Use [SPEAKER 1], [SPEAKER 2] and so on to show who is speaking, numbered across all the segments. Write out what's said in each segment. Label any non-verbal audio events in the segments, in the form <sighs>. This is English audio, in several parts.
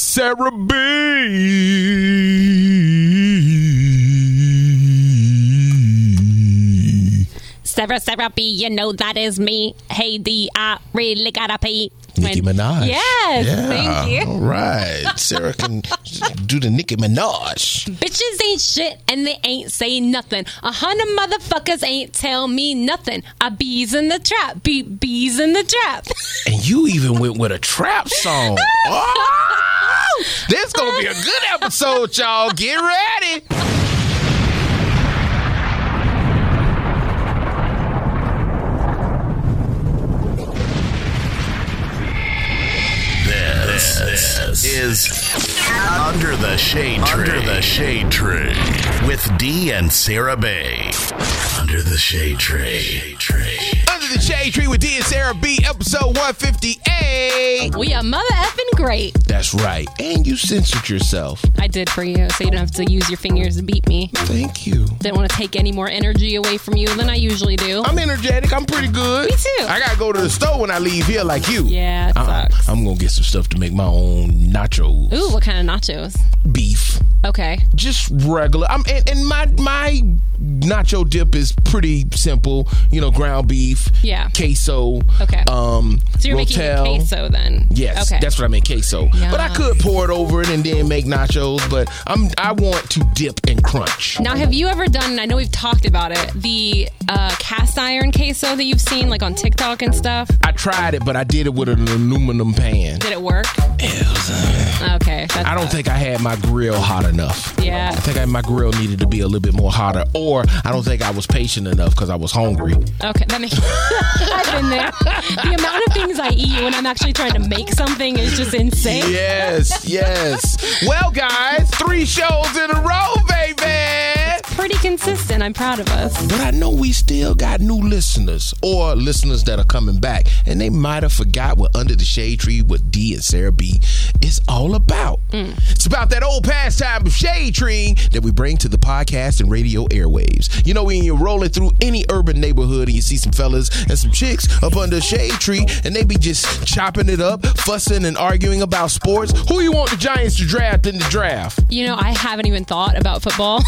[SPEAKER 1] Sarah B.
[SPEAKER 2] Sarah, Sarah B, you know that is me. Hey, D, I really gotta pee.
[SPEAKER 1] Nicki Minaj.
[SPEAKER 2] Yes,
[SPEAKER 1] Yeah.
[SPEAKER 2] thank you.
[SPEAKER 1] All right. Sarah can do the Nicki Minaj.
[SPEAKER 2] Bitches ain't shit and they ain't say nothing. A hundred motherfuckers ain't tell me nothing. I bees in the trap, be bees in the
[SPEAKER 1] <laughs>
[SPEAKER 2] trap.
[SPEAKER 1] And you even went with a trap
[SPEAKER 2] <laughs>
[SPEAKER 1] song. Oh, this going to be a good episode, y'all. Get ready.
[SPEAKER 3] This, is Under the Shade Tree. Under the Shade Tree. With D and Sarah Bay. Under the Shade Tree.
[SPEAKER 1] Under the Shade Tree with D and Sarah B, episode 158.
[SPEAKER 2] We are mother effing great.
[SPEAKER 1] That's right. And you censored yourself.
[SPEAKER 2] I did for you, so you don't have to use your fingers to beat me.
[SPEAKER 1] Thank you.
[SPEAKER 2] Didn't want to take any more energy away from you than I usually do.
[SPEAKER 1] I'm energetic. I'm pretty good.
[SPEAKER 2] Me too.
[SPEAKER 1] I gotta go to the store when I leave here, like you.
[SPEAKER 2] Yeah, it
[SPEAKER 1] Uh-uh.
[SPEAKER 2] sucks.
[SPEAKER 1] I'm gonna get some stuff to make my own nachos.
[SPEAKER 2] Ooh, what kind of nachos?
[SPEAKER 1] Beef,
[SPEAKER 2] Okay.
[SPEAKER 1] just regular. I'm and, and my my nacho dip is pretty simple. You know, ground beef.
[SPEAKER 2] Yeah.
[SPEAKER 1] Queso.
[SPEAKER 2] Okay.
[SPEAKER 1] Um.
[SPEAKER 2] So you're
[SPEAKER 1] rotel.
[SPEAKER 2] making queso then?
[SPEAKER 1] Yes,
[SPEAKER 2] Okay.
[SPEAKER 1] that's what I meant, queso. But I
[SPEAKER 2] Yum.
[SPEAKER 1] could pour it over it and then make nachos. But I'm I want to dip and crunch.
[SPEAKER 2] now, have you ever done? I know we've talked about it. The uh, cast iron queso that you've seen, like on TikTok and stuff.
[SPEAKER 1] I tried it, but I did it with an aluminum pan.
[SPEAKER 2] Did it work? Okay. That's
[SPEAKER 1] I don't think I had my grill hot enough.
[SPEAKER 2] Yeah.
[SPEAKER 1] I think I, my grill needed to be a little bit more hotter, or I don't think I was patient enough because I was hungry.
[SPEAKER 2] Okay, that makes. <laughs> I've been there. The amount of things I eat when I'm actually trying to make something is just insane.
[SPEAKER 1] Yes, yes. Well, guys, three shows in a row, baby.
[SPEAKER 2] Pretty consistent. I'm proud of us.
[SPEAKER 1] But I know we still got new listeners or listeners that are coming back, and they might have forgot what Under the Shade Tree with D and Sarah B is all about. It's about that old pastime of shade tree that we bring to the podcast and radio airwaves. You know, when you're rolling through any urban neighborhood and you see some fellas and some chicks up under a shade tree, and they be just chopping it up, fussing and arguing about sports. Who you want the Giants to draft in the draft?
[SPEAKER 2] You know, I haven't even thought about football.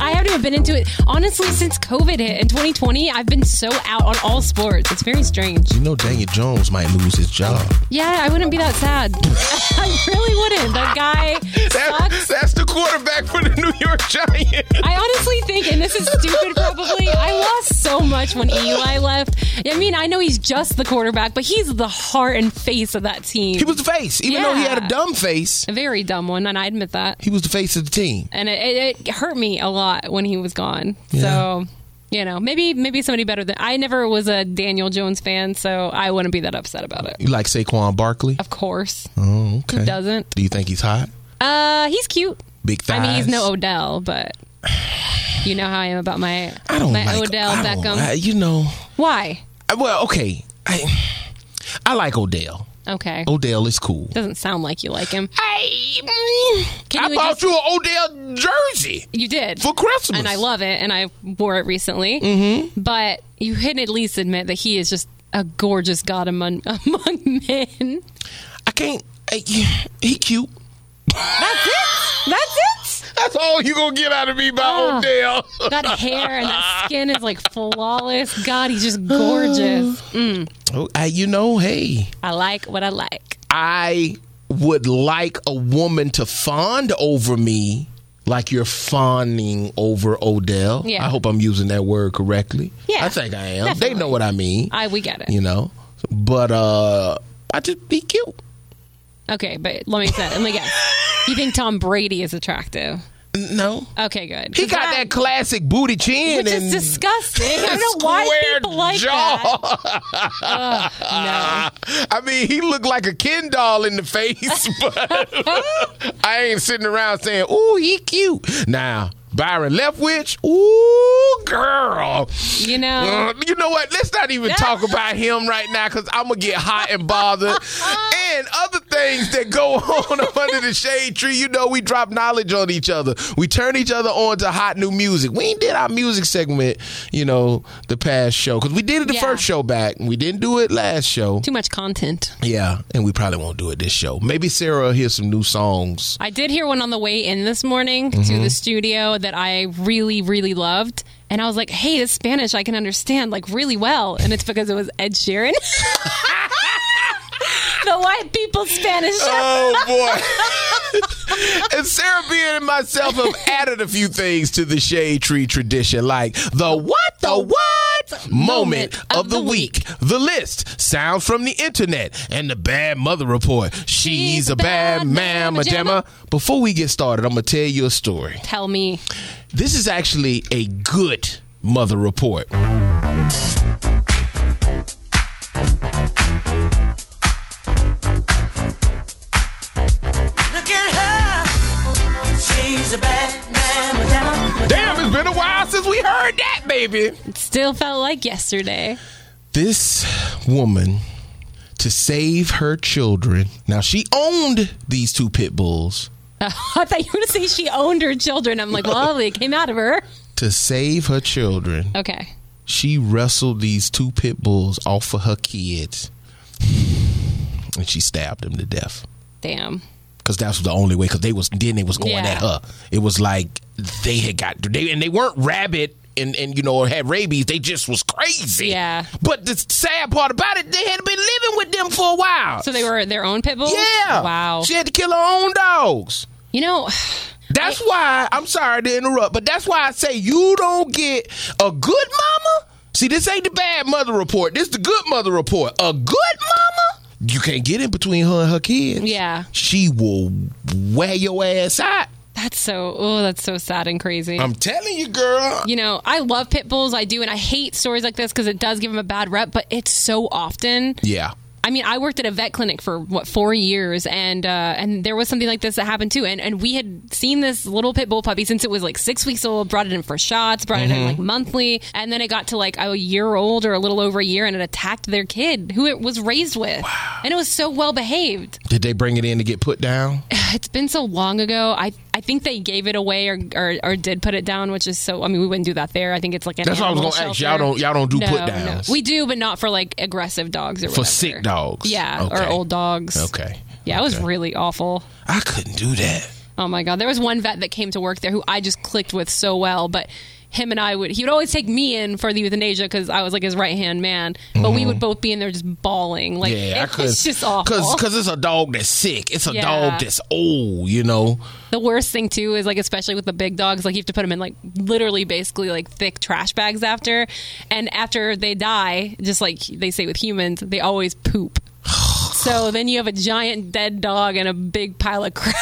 [SPEAKER 2] I haven't even been into it. Honestly, since COVID hit in 2020, I've been so out on all sports. It's very strange.
[SPEAKER 1] You know, Daniel Jones might lose his job.
[SPEAKER 2] Yeah, I wouldn't be that sad. <laughs> I really wouldn't. That guy
[SPEAKER 1] That,
[SPEAKER 2] sucks.
[SPEAKER 1] that's the quarterback for the New York Giants.
[SPEAKER 2] I honestly think, and this is stupid probably, I lost so much when Eli left. I mean, I know he's just the quarterback, but he's the heart and face of that team.
[SPEAKER 1] He was the face, even though he
[SPEAKER 2] Yeah.
[SPEAKER 1] had a dumb face.
[SPEAKER 2] A very dumb one, and I admit that.
[SPEAKER 1] He was the face of the team.
[SPEAKER 2] And it, it, it hurt me a lot when he was gone.
[SPEAKER 1] Yeah.
[SPEAKER 2] So, you know, maybe maybe somebody better than I never was a Daniel Jones fan, so I wouldn't be that upset about it.
[SPEAKER 1] You like Saquon Barkley?
[SPEAKER 2] Of course,
[SPEAKER 1] Oh, okay.
[SPEAKER 2] who doesn't?
[SPEAKER 1] Do you think he's hot?
[SPEAKER 2] Uh, he's cute.
[SPEAKER 1] Big thighs.
[SPEAKER 2] I mean, he's no Odell, but you know how I am about my
[SPEAKER 1] I don't
[SPEAKER 2] my
[SPEAKER 1] like
[SPEAKER 2] Odell
[SPEAKER 1] I don't-
[SPEAKER 2] Beckham.
[SPEAKER 1] I- you know,
[SPEAKER 2] Why?
[SPEAKER 1] I- well, okay. I, I like Odell.
[SPEAKER 2] Okay,
[SPEAKER 1] Odell is cool.
[SPEAKER 2] doesn't sound like you like him.
[SPEAKER 1] I,
[SPEAKER 2] Can
[SPEAKER 1] I
[SPEAKER 2] you
[SPEAKER 1] bought
[SPEAKER 2] just-
[SPEAKER 1] you an Odell jersey
[SPEAKER 2] You did
[SPEAKER 1] for Christmas,
[SPEAKER 2] and I love it, and I wore it recently. Mm-hmm. But you can at least admit that he is just a gorgeous god among <laughs> among men.
[SPEAKER 1] I can't. I, he cute.
[SPEAKER 2] That's
[SPEAKER 1] <laughs> That's all you gonna get out of me by
[SPEAKER 2] Oh.
[SPEAKER 1] Odell. <laughs>
[SPEAKER 2] it. That hair and that skin is like flawless. God, he's just gorgeous.
[SPEAKER 1] Oh, I, you know, hey.
[SPEAKER 2] I like what I like.
[SPEAKER 1] I would like a woman to fond over me like you're fawning over Odell.
[SPEAKER 2] Yeah.
[SPEAKER 1] I hope I'm using that word correctly.
[SPEAKER 2] Yeah,
[SPEAKER 1] I think I am. They
[SPEAKER 2] definitely.
[SPEAKER 1] know what I mean.
[SPEAKER 2] I we get it.
[SPEAKER 1] you know. But uh I just be cute.
[SPEAKER 2] Okay, but let me say, let me guess. You think Tom Brady is attractive?
[SPEAKER 1] No.
[SPEAKER 2] Okay, good.
[SPEAKER 1] He got that, classic booty chin
[SPEAKER 2] Uh, which
[SPEAKER 1] and
[SPEAKER 2] is disgusting. I don't know why
[SPEAKER 1] square
[SPEAKER 2] people like
[SPEAKER 1] jaw.
[SPEAKER 2] that. Ugh,
[SPEAKER 1] I mean, he looked like a Ken doll in the <laughs> face, but I ain't sitting around saying, "Ooh, he cute." Now, Byron Leftwich, ooh, girl.
[SPEAKER 2] You know.
[SPEAKER 1] <laughs> Uh, you know what? Let's not even
[SPEAKER 2] No.
[SPEAKER 1] talk about him right now because I'm gonna get hot and bothered. and other things that go on <laughs> up under the shade tree. You know, we drop knowledge on each other. We turn each other on to hot new music. We ain't did our music segment, you know, the past show because we did it the
[SPEAKER 2] Yeah.
[SPEAKER 1] first show back. and We didn't do it last show.
[SPEAKER 2] Too much content.
[SPEAKER 1] Yeah, and we probably won't do it this show. Maybe Sarah will hear some new songs.
[SPEAKER 2] I did hear one on the way in this morning to
[SPEAKER 1] Mm-hmm.
[SPEAKER 2] the studio that I really, really loved. And I was like, hey, this Spanish I can understand like really well. And it's because it was Ed Sheeran. <laughs> the white people's Spanish.
[SPEAKER 1] Uh. Oh boy. <laughs> and Sarah B and myself have added a few things to the shade tree tradition, like the what the what moment of, the, week. the list, sounds from the internet, and the bad mother report. She's, a, bad, mamma jamma. Before we get started, I'm gonna tell you a story.
[SPEAKER 2] Tell me.
[SPEAKER 1] This is actually a good mother report.
[SPEAKER 4] Look at her. She's a bad man without.
[SPEAKER 1] Damn, it's been a while since we heard that, baby.
[SPEAKER 2] It still felt like yesterday. <laughs>
[SPEAKER 1] this woman to save her children. Now she owned these two pit bulls
[SPEAKER 2] Uh, I thought you were going to say she owned her children. I'm like, well, they came out of her.
[SPEAKER 1] to save her children.
[SPEAKER 2] Okay.
[SPEAKER 1] She wrestled these two pit bulls off of her kids, and she stabbed them to death.
[SPEAKER 2] Damn.
[SPEAKER 1] Cause that's the only way. Cause they was then they was going
[SPEAKER 2] Yeah.
[SPEAKER 1] at her. It was like they had got they and they weren't rabid and and you know or had rabies. They just was crazy.
[SPEAKER 2] Yeah.
[SPEAKER 1] But the sad part about it, they had been living with them for a while.
[SPEAKER 2] So they were their own pit bulls?
[SPEAKER 1] Yeah.
[SPEAKER 2] Oh, Wow.
[SPEAKER 1] She had to kill her own dogs.
[SPEAKER 2] You know, <sighs>
[SPEAKER 1] That's why I'm sorry to interrupt, but that's why I say you don't get a good mama. See, this ain't the bad mother report. This the good mother report. A good mama, you can't get in between her and her kids.
[SPEAKER 2] Yeah.
[SPEAKER 1] she will wear your ass out.
[SPEAKER 2] that's so, oh, that's so sad and crazy.
[SPEAKER 1] I'm telling you, girl.
[SPEAKER 2] you know, I love pit bulls. I do. And I hate stories like this because it does give them a bad rep, but it's so often.
[SPEAKER 1] Yeah.
[SPEAKER 2] I mean, I worked at a vet clinic for what four years, and uh, and there was something like this that happened too. And and we had seen this little pit bull puppy since it was like six weeks old. Brought it in for shots. Brought it in like monthly, and then it got to like a year old or a little over a year, and it attacked their kid who it was raised with, and it was so well behaved.
[SPEAKER 1] Did they bring it in to get put
[SPEAKER 2] <laughs>
[SPEAKER 1] down?
[SPEAKER 2] It's been so long ago. I I think they gave it away or or, or did put it down, which is so. I mean, we wouldn't do that there. I think it's like an
[SPEAKER 1] That's what I was
[SPEAKER 2] animal
[SPEAKER 1] gonna ask.
[SPEAKER 2] shelter.
[SPEAKER 1] Y'all don't- y'all don't do
[SPEAKER 2] No,
[SPEAKER 1] put-downs.
[SPEAKER 2] no. We do, but not for like aggressive dogs or
[SPEAKER 1] For
[SPEAKER 2] whatever.
[SPEAKER 1] sick dogs.
[SPEAKER 2] Yeah, or
[SPEAKER 1] Okay.
[SPEAKER 2] old dogs.
[SPEAKER 1] Okay.
[SPEAKER 2] Yeah, it was
[SPEAKER 1] Okay.
[SPEAKER 2] really awful.
[SPEAKER 1] I couldn't do that.
[SPEAKER 2] Oh my god, there was one vet that came to work there who I just clicked with so well, but him and I would he would always take me in for the euthanasia because I was like his right hand man, but we would both be in there just bawling like
[SPEAKER 1] Mm-hmm. Yeah, I
[SPEAKER 2] it
[SPEAKER 1] could.
[SPEAKER 2] was just awful.
[SPEAKER 1] Because it's a dog that's sick. It's a
[SPEAKER 2] Yeah.
[SPEAKER 1] dog that's old, you know?
[SPEAKER 2] the worst thing too is like especially with the big dogs, like you have to put them in like literally basically like thick trash bags after, and after they die, just like they say with humans, they always poop. so then you have a giant dead dog and a big pile of <laughs> crap.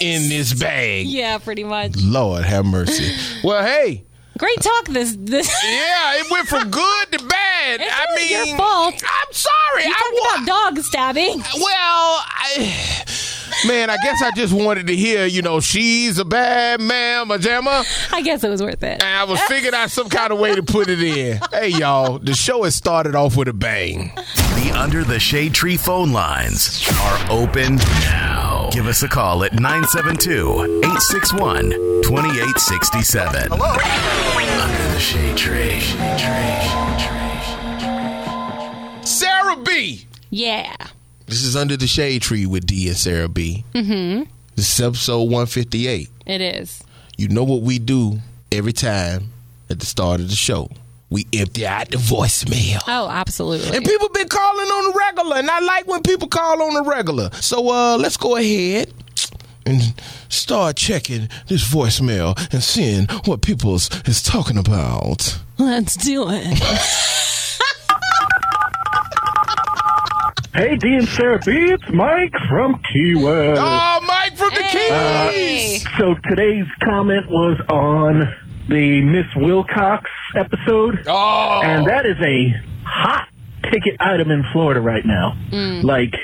[SPEAKER 1] In this bag.
[SPEAKER 2] yeah, pretty much.
[SPEAKER 1] Lord have
[SPEAKER 2] <laughs>
[SPEAKER 1] mercy. well, hey.
[SPEAKER 2] Great talk. This this.
[SPEAKER 1] Yeah, it went from good to bad.
[SPEAKER 2] It's
[SPEAKER 1] I
[SPEAKER 2] really
[SPEAKER 1] mean,
[SPEAKER 2] your fault.
[SPEAKER 1] I'm sorry.
[SPEAKER 2] You
[SPEAKER 1] I
[SPEAKER 2] talked
[SPEAKER 1] wa-
[SPEAKER 2] about dog stabbing.
[SPEAKER 1] Well, I, man, I guess I just wanted to hear, you know, she's a bad mamma jamma.
[SPEAKER 2] I guess it was worth
[SPEAKER 1] And
[SPEAKER 2] it.
[SPEAKER 1] I was figuring out some kind of way to put it in. Hey, y'all, the show has started off with a bang.
[SPEAKER 3] The Under the Shade Tree phone lines are open now. Give us a call at 972 861 2867. Hello. Under the Shade Tree. Shade Tree.
[SPEAKER 1] Sarah B.
[SPEAKER 2] Yeah.
[SPEAKER 1] This is Under the Shade Tree with D and Sarah B. Mm-hmm. This is episode 158.
[SPEAKER 2] It is.
[SPEAKER 1] You know what we do every time at the start of the show? We empty out the voicemail.
[SPEAKER 2] Oh, absolutely.
[SPEAKER 1] And people been calling on the regular, and I like when people call on the regular. So uh, let's go ahead and start checking this voicemail and seeing what people is, is talking about.
[SPEAKER 2] Let's do it.
[SPEAKER 5] Hey, D and Sarah B, it's Mike from Key West.
[SPEAKER 1] Oh, Mike from the
[SPEAKER 2] Hey.
[SPEAKER 1] Keys.
[SPEAKER 5] So today's comment was on the Miss Wilcox episode,
[SPEAKER 1] Oh,
[SPEAKER 5] and that is a hot ticket item in Florida right now. Like,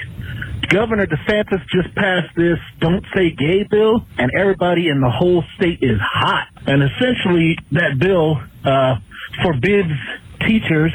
[SPEAKER 5] Governor DeSantis just passed this don't say gay bill, and everybody in the whole state is hot. And essentially, that bill uh, forbids teachers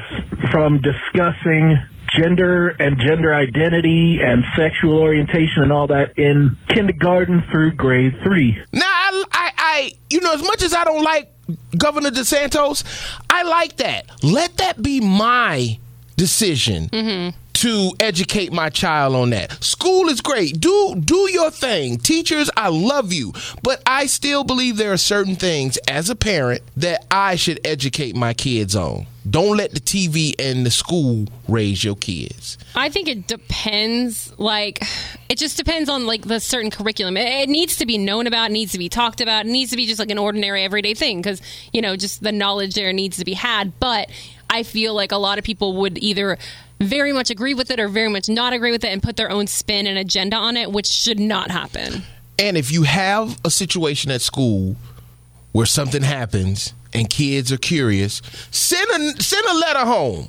[SPEAKER 5] from discussing gender and gender identity and sexual orientation and all that in kindergarten through grade three.
[SPEAKER 1] Now, I, I, I, you know, as much as I don't like Governor DeSantos, I like that. Let that be my decision to educate my child on that. School is great. Do do your thing, teachers. I love you, but I still believe there are certain things as a parent that I should educate my kids on. Don't let the TV and the school raise your kids.
[SPEAKER 2] I think it depends. Like, it just depends on like the certain curriculum. It, it needs to be known about, it needs to be talked about, it needs to be just like an ordinary everyday thing because you know just the knowledge there needs to be had. But I feel like a lot of people would either very much agree with it or very much not agree with it and put their own spin and agenda on it, which should not happen.
[SPEAKER 1] And if you have a situation at school where something happens and kids are curious, send a send a letter home.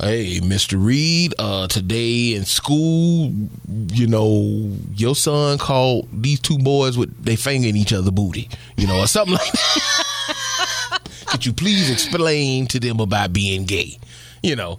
[SPEAKER 1] Hey, Mr. Reed, uh, today in school, you know, your son called these two boys with they fingering each other booty, you know, or something <laughs> like that. Could you please explain to them about being gay? You know,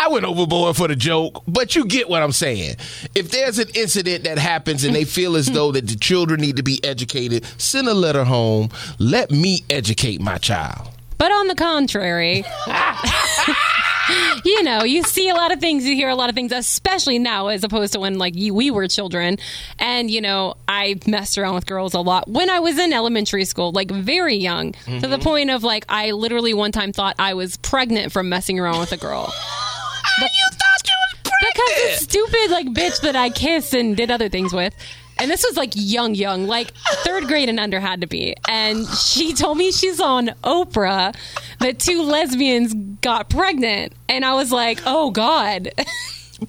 [SPEAKER 1] I went overboard for the joke, but you get what I'm saying. If there's an incident that happens and they feel as though that the children need to be educated, send a letter home. Let me educate my child.
[SPEAKER 2] But on the contrary, <laughs> you know, you see a lot of things, you hear a lot of things, especially now as opposed to when like you, we were children. And you know, I messed around with girls a lot when I was in elementary school, like very young, to the point of like I literally one time thought I was pregnant from messing around with a girl.
[SPEAKER 1] you thought you was
[SPEAKER 2] because it's stupid like bitch that I kissed and did other things with. And this was like young, young, like third grade and under had to be. And she told me she's on Oprah that two lesbians got pregnant. And I was like, oh God. <laughs>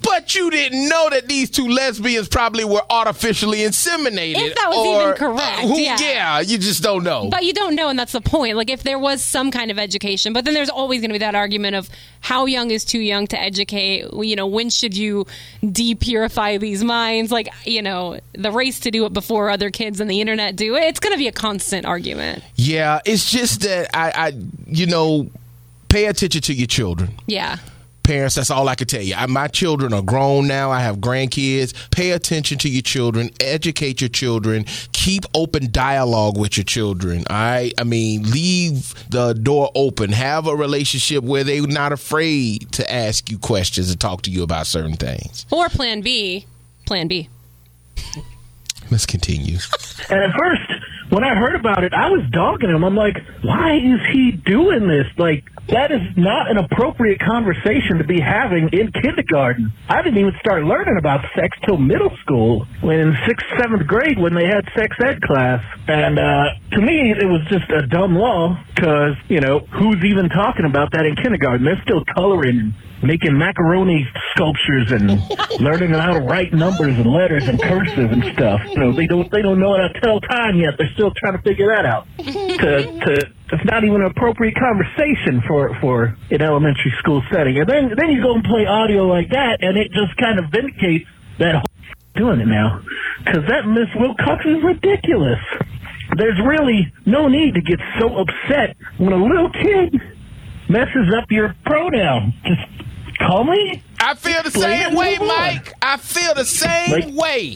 [SPEAKER 1] But you didn't know that these two lesbians probably were artificially inseminated.
[SPEAKER 2] If that was
[SPEAKER 1] or,
[SPEAKER 2] even correct,
[SPEAKER 1] uh, who-
[SPEAKER 2] yeah.
[SPEAKER 1] you just don't know.
[SPEAKER 2] But you don't know, and that's the point. Like, if there was some kind of education, but then there's always going to be that argument of how young is too young to educate. You know, when should you depurify these minds? Like, you know, the race to do it before other kids and the internet do it. It's going to be a constant argument.
[SPEAKER 1] yeah, it's just that I, I, you know, pay attention to your children.
[SPEAKER 2] Yeah.
[SPEAKER 1] Parents, that's all I can tell you. I, my children are grown now. I have grandkids. Pay attention to your children. Educate your children. Keep open dialogue with your children. All right. I mean, leave the door open. Have a relationship where they're not afraid to ask you questions and talk to you about certain things.
[SPEAKER 2] Or Plan B. Plan B.
[SPEAKER 1] Let's continue.
[SPEAKER 5] And at first, when I heard about it, I was dogging him. I'm like, why is he doing this? Like, that is not an appropriate conversation to be having in kindergarten. I didn't even start learning about sex till middle school, when in sixth, seventh grade, when they had sex ed class. And uh, to me, it was just a dumb law because, you know, who's even talking about that in kindergarten? They're still coloring and making macaroni sculptures and learning how to write numbers and letters and cursive and stuff. You know, they don't they don't know how to tell time yet. They're still trying to figure that out. To to it's not even an appropriate conversation for for an elementary school setting. And then then you go and play audio like that, and it just kind of vindicates that whole <laughs> doing it now because that Miss Wilcox is ridiculous. There's really no need to get so upset when a little kid messes up your pronoun. Just call me.
[SPEAKER 1] I feel the same
[SPEAKER 5] Explain
[SPEAKER 1] way,
[SPEAKER 5] more.
[SPEAKER 1] Mike. I feel the same
[SPEAKER 5] Like-
[SPEAKER 1] way.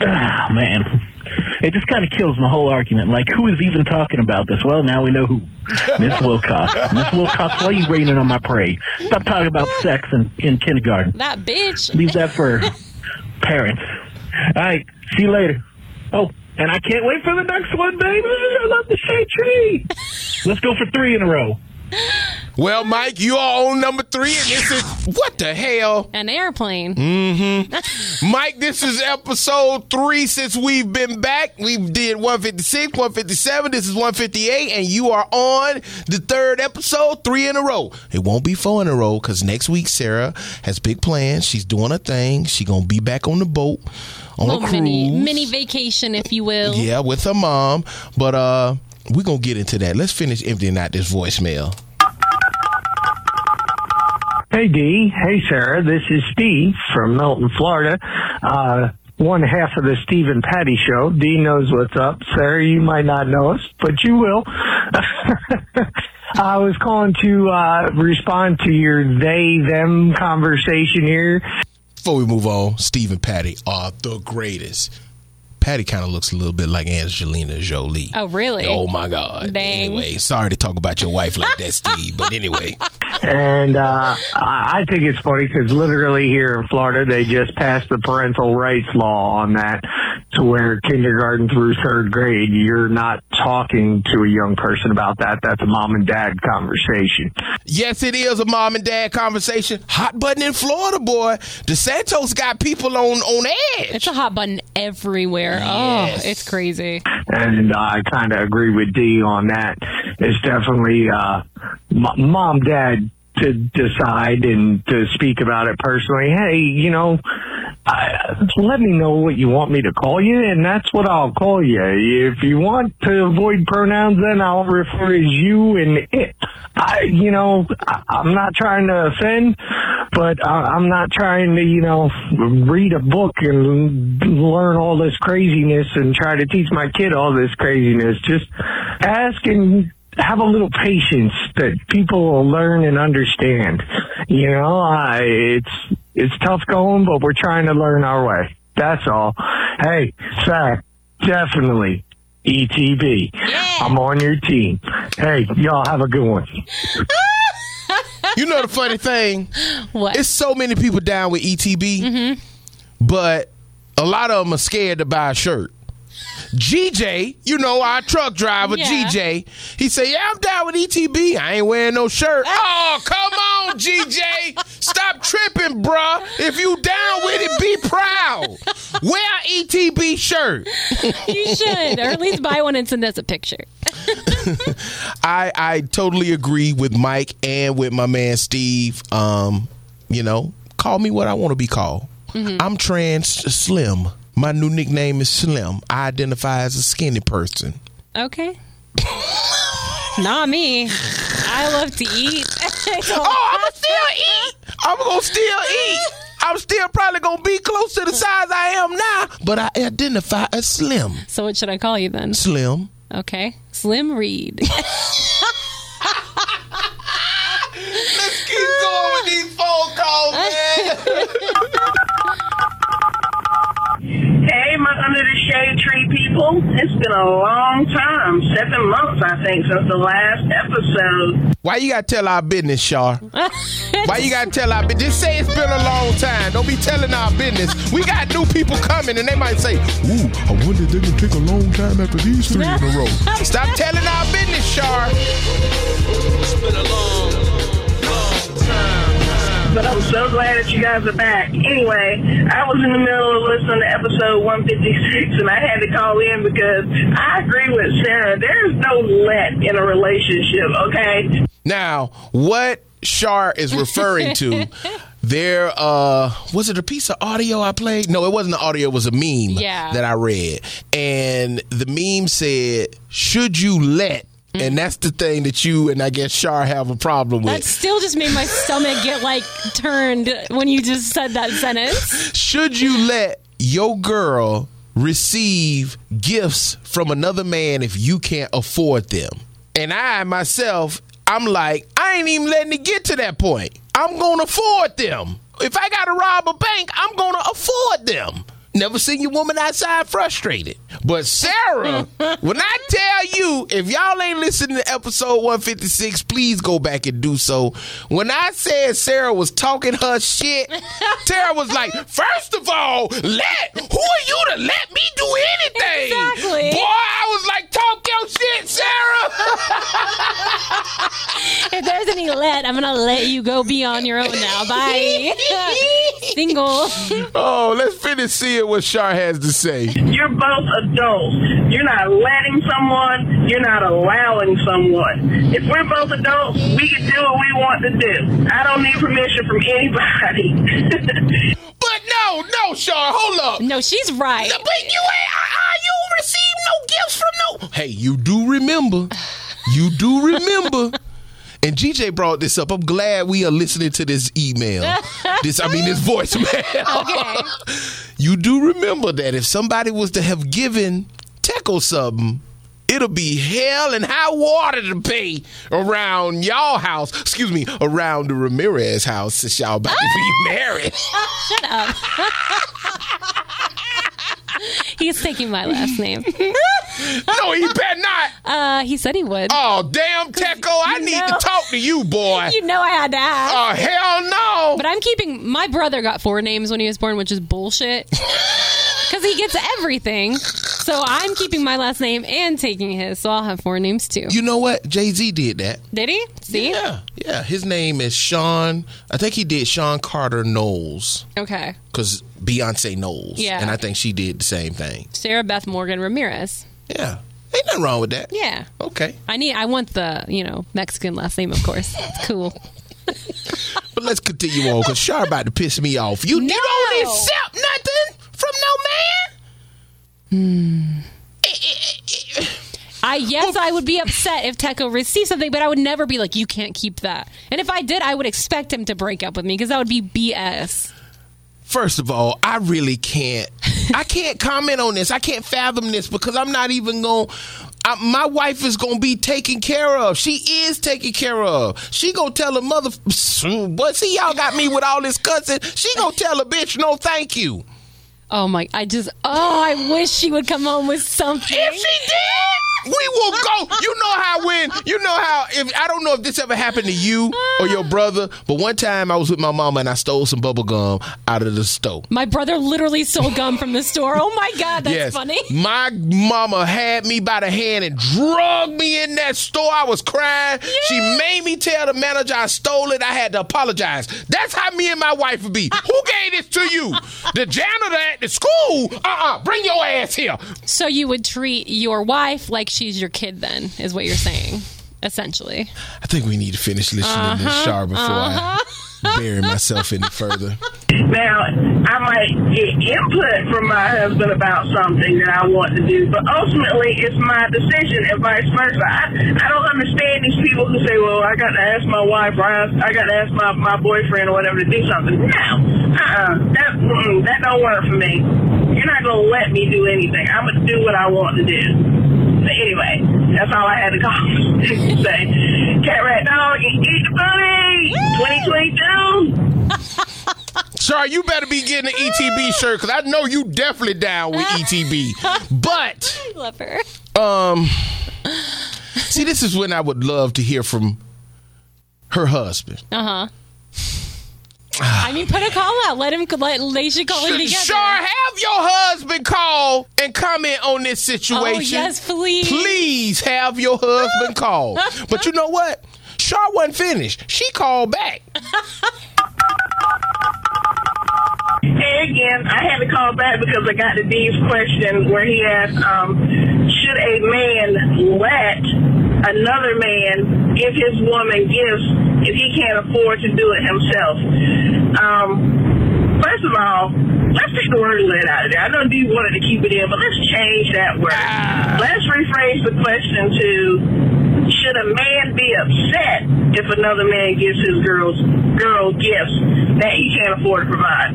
[SPEAKER 5] Ah, man. It just kind of kills my whole argument. Like, who is even talking about this? Well, now we know who. Miss Wilcox. Miss Wilcox, why are you raining on my parade? Stop talking about sex in, in kindergarten.
[SPEAKER 2] That bitch.
[SPEAKER 5] Leave that for parents. All right, see you later. Oh, and I can't wait for the next one, baby. I love the shade tree. Let's go for three in a row.
[SPEAKER 1] Well, Mike, you are on number three, and this is what the hell,
[SPEAKER 2] An airplane.
[SPEAKER 1] Mm. Mike. This is episode three since we've been back. We did one fifty six, one fifty seven. This is one fifty eight, and you are on the third episode, three in a row. It won't be four in a row because next week Sarah has big plans. She's doing a thing. She gonna be back on the boat on a
[SPEAKER 2] Little
[SPEAKER 1] cruise.
[SPEAKER 2] Oh, mini, mini vacation, if you will.
[SPEAKER 1] Yeah, with her mom. But uh we're gonna get into that. Let's finish emptying out this voicemail.
[SPEAKER 5] Hey, Hey, Dee. Hey, Sarah. This is Steve from Milton, Florida. Uh, one half of the Steve and Patty show. Dee knows what's up. Sarah, you might not know us, but you will. <laughs> I was calling to uh, respond to your they them conversation here.
[SPEAKER 1] Before we move on, Steve and Patty are the greatest. Patty kind of looks a little bit like Angelina Jolie.
[SPEAKER 2] Oh, really?
[SPEAKER 1] Oh my God!
[SPEAKER 2] Dang.
[SPEAKER 1] Anyway, sorry to talk about your wife like that, Steve. But anyway,
[SPEAKER 5] And uh, I I think it's funny because literally here in Florida, they just passed the parental rights law on that to where kindergarten through third grade, you're not talking to a young person about that. That's a mom and dad conversation.
[SPEAKER 1] yes, it is a mom and dad conversation. Hot button in Florida, boy. DeSantos got people on on edge.
[SPEAKER 2] It's a hot button everywhere.
[SPEAKER 1] Yes.
[SPEAKER 2] Oh, it's crazy.
[SPEAKER 5] And uh, I kind of agree with Dee on that. It's definitely uh, m- mom, dad to decide and to speak about it personally. Hey, you know, I, let me know what you want me to call you, and that's what I'll call you. If you want to avoid pronouns, then I'll refer as you and it. I, you know, I, I'm not trying to offend, but I, I'm not trying to, you know, read a book and learn all this craziness and try to teach my kid all this craziness. Just ask and have a little patience that people will learn and understand. You know, I, it's it's tough going, but we're trying to learn our way. That's all. Hey, Zach, definitely ETB. I'm on your team. Hey, y'all have a good one.
[SPEAKER 1] You know the funny thing?
[SPEAKER 2] What? Mm-hmm.
[SPEAKER 1] It's so many people down with ETB, but a lot of them are scared to buy a shirt. GJ, you know our truck driver,
[SPEAKER 2] Yeah.
[SPEAKER 1] GJ, he said, "Yeah, I'm down with ETB. I ain't wearing no
[SPEAKER 2] <laughs>
[SPEAKER 1] shirt." oh, come on, GJ, stop tripping, bruh. If you down with it, be proud. Wear a ETB shirt.
[SPEAKER 2] you should, or at least buy one and send us a picture.
[SPEAKER 1] I I totally agree with Mike and with my man Steve. Um, you know, call me what I want to be called. I'm trans slim. My new nickname is Slim. I identify as a skinny person. <laughs>
[SPEAKER 2] Okay. Not me. I love to eat. I don't
[SPEAKER 1] Oh, I'ma
[SPEAKER 2] have to.
[SPEAKER 1] still eat. I'm gonna still eat. I'm still probably gonna be close to the size I am now, but I identify as slim.
[SPEAKER 2] So what should I call you then?
[SPEAKER 1] Slim.
[SPEAKER 2] Okay. Slim Reed. <laughs>
[SPEAKER 1] Let's keep going with these phone calls, man.
[SPEAKER 6] Hey, my under the shade tree people. It's been a long time, seven months, I think, since the last episode.
[SPEAKER 1] Why you gotta tell our business, Shar? Why you gotta tell our business? Just say it's been a long time. Don't be telling our business. We got new people coming, and they might say, "Ooh, I wonder if they can take a long time after these three in a row." Stop telling our business, Shar.
[SPEAKER 6] But I'm so glad that you guys are back. Anyway, I was in the middle of listening to episode 156 and I had to call in because I agree with Sarah. There's no let in a relationship, okay?
[SPEAKER 1] Now, what Shar is referring to? There uh was it a piece of audio I played? No, it wasn't an audio, it was a meme
[SPEAKER 2] Yeah.
[SPEAKER 1] that I read. And the meme said, Should you let? And that's the thing that you and I guess Shar have a problem with.
[SPEAKER 2] That still just made my stomach get like turned when you just said that sentence.
[SPEAKER 1] Should you let your girl receive gifts from another man if you can't afford them? And I myself, I'm like, I ain't even letting it get to that point. I'm gonna afford them. If I gotta rob a bank, I'm gonna afford them. Never seen your woman outside frustrated. But Sarah, when I tell you, if y'all ain't listening to episode 156, please go back and do so. When I said Sarah was talking her shit, Sarah was like, first of all, let who are you to let me do anything?
[SPEAKER 2] Exactly.
[SPEAKER 1] Boy, I was like, talk your shit, Sarah.
[SPEAKER 2] If there's any let, I'm gonna let you go be on your own now. Bye. Single.
[SPEAKER 1] oh, let's finish seeing what Shar has to say.
[SPEAKER 6] You're both adults. You're not letting someone, you're not allowing someone. If we're both adults, we can do what we want to do. I don't need permission from anybody. <laughs>
[SPEAKER 1] But no, no, Shar, hold up.
[SPEAKER 2] No, she's right.
[SPEAKER 1] But you ain't, uh, uh, you don't receive no gifts from no. Hey, you do remember. You do remember. And GJ brought this up. I'm glad we are listening to this email. this, I mean, this voicemail.
[SPEAKER 2] Okay.
[SPEAKER 1] you do remember that if somebody was to have given Teco something, it'll be hell and high water to pay around y'all house. Excuse me, around the Ramirez house since y'all about to be married. <laughs>
[SPEAKER 2] He's taking my last name.
[SPEAKER 1] no, he better not.
[SPEAKER 2] Uh, he said he would.
[SPEAKER 1] Oh, damn, Teco, I
[SPEAKER 2] You
[SPEAKER 1] need
[SPEAKER 2] know-
[SPEAKER 1] to talk to you, boy.
[SPEAKER 2] you know I had to ask.
[SPEAKER 1] Oh, hell no.
[SPEAKER 2] But I'm keeping. My brother got four names when he was born, which is
[SPEAKER 1] <laughs>
[SPEAKER 2] bullshit. Because he gets everything. So I'm keeping my last name and taking his. So I'll have four names too.
[SPEAKER 1] you know what? Jay Z did that.
[SPEAKER 2] Did he? See?
[SPEAKER 1] Yeah, yeah. His name is Sean. I think he did Sean Carter Knowles
[SPEAKER 2] Okay.
[SPEAKER 1] because Beyonce Knowles.
[SPEAKER 2] Yeah.
[SPEAKER 1] and I think she did the same thing.
[SPEAKER 2] Sarah Beth Morgan Ramirez.
[SPEAKER 1] Yeah, ain't nothing wrong with that.
[SPEAKER 2] Yeah.
[SPEAKER 1] Okay,
[SPEAKER 2] I need. I want the you know Mexican last name, of course. It's cool.
[SPEAKER 1] but let's continue on because Char about to piss me off. You, you don't
[SPEAKER 2] No.
[SPEAKER 1] accept nothing from no man.
[SPEAKER 2] I yes,
[SPEAKER 1] Oh.
[SPEAKER 2] I would be upset if Teco received something, but I would never be like, you can't keep that. And if I did, I would expect him to break up with me because that would be BS.
[SPEAKER 1] First of all, I really can't. I can't comment on this. I can't fathom this because I'm not even going. I, my wife is going to be taken care of. She is taken care of. She going to tell her mother. But see, y'all got me with all this cussing. She going to tell a bitch, no, thank you.
[SPEAKER 2] Oh my! I just oh, I wish she would come home with something.
[SPEAKER 1] If she did, we will go. You know how when you know how if I don't know if this ever happened to you or your brother, but one time I was with my mama and I stole some bubble gum out of the store.
[SPEAKER 2] My brother literally stole gum from the store. Oh my god, that's funny. <laughs>
[SPEAKER 1] My mama had me by the hand and drugged me in that store. I was crying. She made me tell the manager I stole it. I had to apologize. That's how me and my wife would
[SPEAKER 2] <laughs>
[SPEAKER 1] be. Who gave this to you? The janitor at the school? Uh uh Bring your ass here.
[SPEAKER 2] So you would treat your wife like she's your kid, then, is what you're saying, essentially.
[SPEAKER 1] I think we need to finish listening to
[SPEAKER 2] Uh-huh.
[SPEAKER 1] this Char before I bury myself any further.
[SPEAKER 2] <laughs>
[SPEAKER 6] Now, I might get input from my husband about something that I want to do, but ultimately it's my decision and vice versa. I, I don't understand these people who say, well, I got to ask my wife or I, I got to ask my, my boyfriend or whatever to do something. No, uh-uh, that, mm, that don't work for me. You're not going to let me do anything. I'm going to do what I want to do. So anyway, that's all I had to <laughs> call to say. Cat Rat Dog, eat eat the booty! 2022!
[SPEAKER 1] Char, you better be getting an ETB shirt because I know you definitely down with
[SPEAKER 2] <laughs>
[SPEAKER 1] ETB. But.
[SPEAKER 2] Love her.
[SPEAKER 1] Um, see, this is when I would love to hear from her husband.
[SPEAKER 2] Uh huh. I mean, put a call out. Let him. Let they should call him together.
[SPEAKER 1] Sure, have your husband call and comment on this
[SPEAKER 2] Oh
[SPEAKER 1] situation.
[SPEAKER 2] yes, please.
[SPEAKER 1] Please have your husband call.
[SPEAKER 2] <laughs>
[SPEAKER 1] But you know what? Char wasn't finished. She called back.
[SPEAKER 6] Hey again, I had to call back because I got to Dee's question where he asked, um, should a man let another man give his woman gifts if he can't afford to do it himself? Um, first of all, let's take the word let out of there. I know Dee wanted to keep it in, but let's change that word. Let's rephrase the question to should a man be upset if another man gives his girl's girl gifts that he can't afford to provide?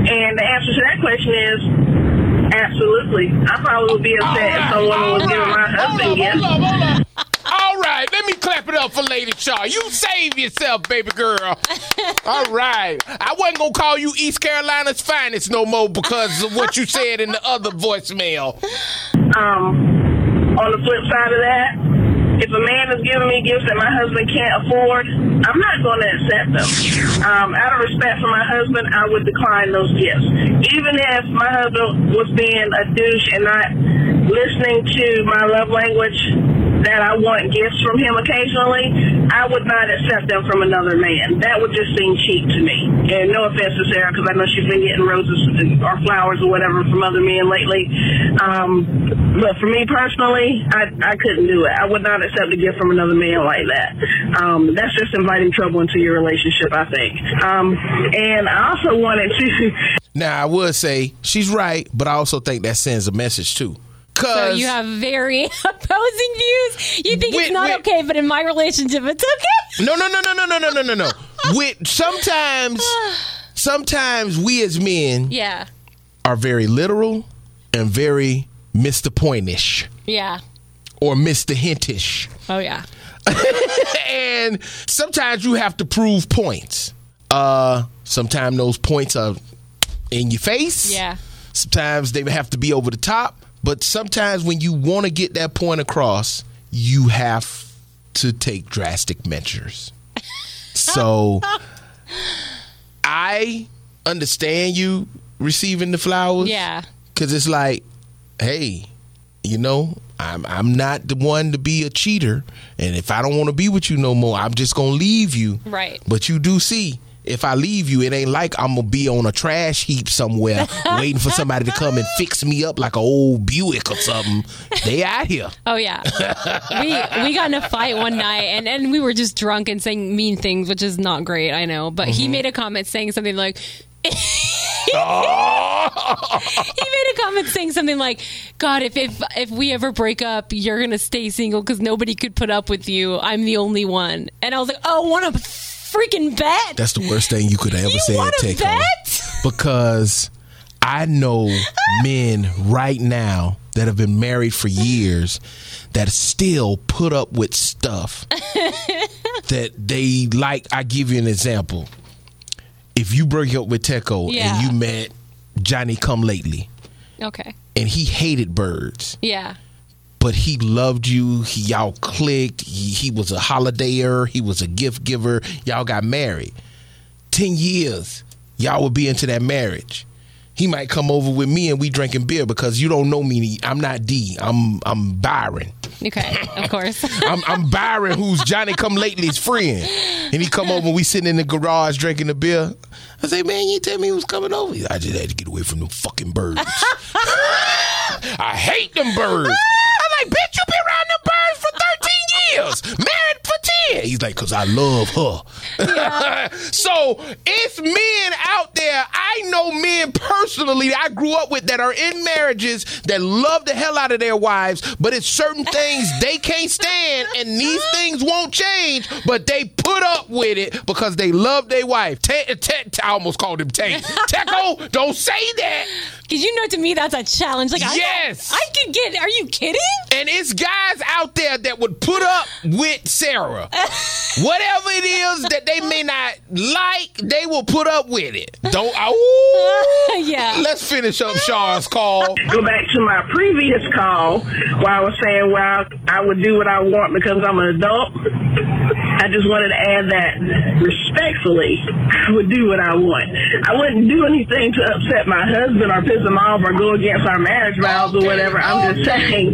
[SPEAKER 6] And the answer to that question is absolutely. I probably would be upset if someone was giving my
[SPEAKER 1] Hold
[SPEAKER 6] husband
[SPEAKER 1] up,
[SPEAKER 6] gifts.
[SPEAKER 1] hold up, hold up. All right, let me clap it up for Lady Char. You save yourself, baby
[SPEAKER 2] <laughs>
[SPEAKER 1] girl. All right. I wasn't going to call you East Carolina's finest no more because of what you said in the other voicemail.
[SPEAKER 6] Um, on the flip side of that, if a man is giving me gifts that my husband can't afford, I'm not going to accept them. Um, out of respect for my husband, I would decline those gifts. Even if my husband was being a douche and not listening to my love language that I want gifts from him occasionally, I would not accept them from another man. That would just seem cheap to me. And no offense to Sarah, because I know she's been getting roses or flowers or whatever from other men lately. Um, but for me personally, I, I couldn't do it. I would not accept a gift from another man like that. Um, that's just inviting trouble into your relationship, I think. Um, and I also wanted to <laughs>
[SPEAKER 1] Now, I would say she's right, but I also think that sends a message too.
[SPEAKER 2] So
[SPEAKER 1] Cause
[SPEAKER 2] you have very <laughs> opposing views. You think
[SPEAKER 1] Wait,
[SPEAKER 2] it's not
[SPEAKER 1] wait.
[SPEAKER 2] okay, but in my relationship, it's
[SPEAKER 1] <laughs>
[SPEAKER 2] okay.
[SPEAKER 1] no, no, no, no, no, no, no, no, no, no. With
[SPEAKER 2] <sighs>
[SPEAKER 1] sometimes, sometimes we as men
[SPEAKER 2] Yeah.
[SPEAKER 1] are very literal and very Mr. Pointish
[SPEAKER 2] Yeah.
[SPEAKER 1] or Mr. Hintish.
[SPEAKER 2] Oh yeah.
[SPEAKER 1] <laughs> and sometimes you have to prove points. Uh, sometimes those points are in your face.
[SPEAKER 2] Yeah.
[SPEAKER 1] Sometimes they have to be over the top. But sometimes when you want to get that point across, you have to take drastic
[SPEAKER 2] <laughs>
[SPEAKER 1] measures. so I understand you receiving the flowers.
[SPEAKER 2] Yeah.
[SPEAKER 1] Cause it's like, hey, you know, I'm I'm not the one to be a cheater, and if I don't want to be with you no more, I'm just gonna leave you.
[SPEAKER 2] Right.
[SPEAKER 1] But you do see, if I leave you, it ain't like I'm gonna be on a trash heap
[SPEAKER 2] <laughs>
[SPEAKER 1] somewhere waiting for somebody to come and fix me up like an old Buick or something. they out here.
[SPEAKER 2] Oh yeah. we we got in a fight one night and, and we were just drunk and saying mean things, which is not great, I know. But
[SPEAKER 1] Mm-hmm.
[SPEAKER 2] he made a comment saying something like <laughs> he made a comment saying something like, "God, if if if we ever break up, you're gonna stay single because nobody could put up with you. I'm the only one." And I was like, "Oh, want to freaking bet?
[SPEAKER 1] That's the worst thing you could ever
[SPEAKER 2] you
[SPEAKER 1] say
[SPEAKER 2] want
[SPEAKER 1] at
[SPEAKER 2] to
[SPEAKER 1] Tech
[SPEAKER 2] bet?
[SPEAKER 1] because I know men right now that have been married for years that still put up with stuff that they like. I give you an example. If you break up with Techo
[SPEAKER 2] Yeah.
[SPEAKER 1] and you met Johnny Come Lately
[SPEAKER 2] Okay,
[SPEAKER 1] and he hated birds,
[SPEAKER 2] yeah,
[SPEAKER 1] but he loved you, he, y'all clicked, he, he was a holidayer, he was a gift giver, y'all got married. 10 years, y'all would be into that marriage. He might come over with me and we drinking beer because you don't know me. I'm not D. I'm I'm Byron.
[SPEAKER 2] okay, of course."
[SPEAKER 1] I'm, I'm Byron, who's Johnny Come Lately's friend, and he come over and we sitting in the garage drinking the beer. I say, man, you tell me he was coming over. He's, I just had to get away from them fucking birds. <laughs> I hate them birds. <laughs> I'm like, bitch, you been around them birds for 13 years, married for 10. He's like, cause I love her. <laughs> so it's men out there. I know men personally that I grew up with that are in marriages that love the hell out of their wives, but it's certain things they can't stand, and these things won't change, but they put up with it because they love their wife. Te- te- te- I almost called him Tank. Techo, don't say that.
[SPEAKER 2] Because you know, to me, that's a challenge. Like, I,
[SPEAKER 1] Yes!
[SPEAKER 2] I could get. Are you kidding?
[SPEAKER 1] And it's guys out there that would put up with Sarah. Whatever it is that they may not like, they will put up with it. Don't. Ooh.
[SPEAKER 2] Yeah.
[SPEAKER 1] Let's finish up Shaw's call.
[SPEAKER 6] go back to my previous call where I was saying, well, I would do what I want because I'm an adult. I just wanted to add that respectfully, I would do what I want. I wouldn't do anything to upset my husband or piss him off or go against our marriage vows or whatever. I'm just saying,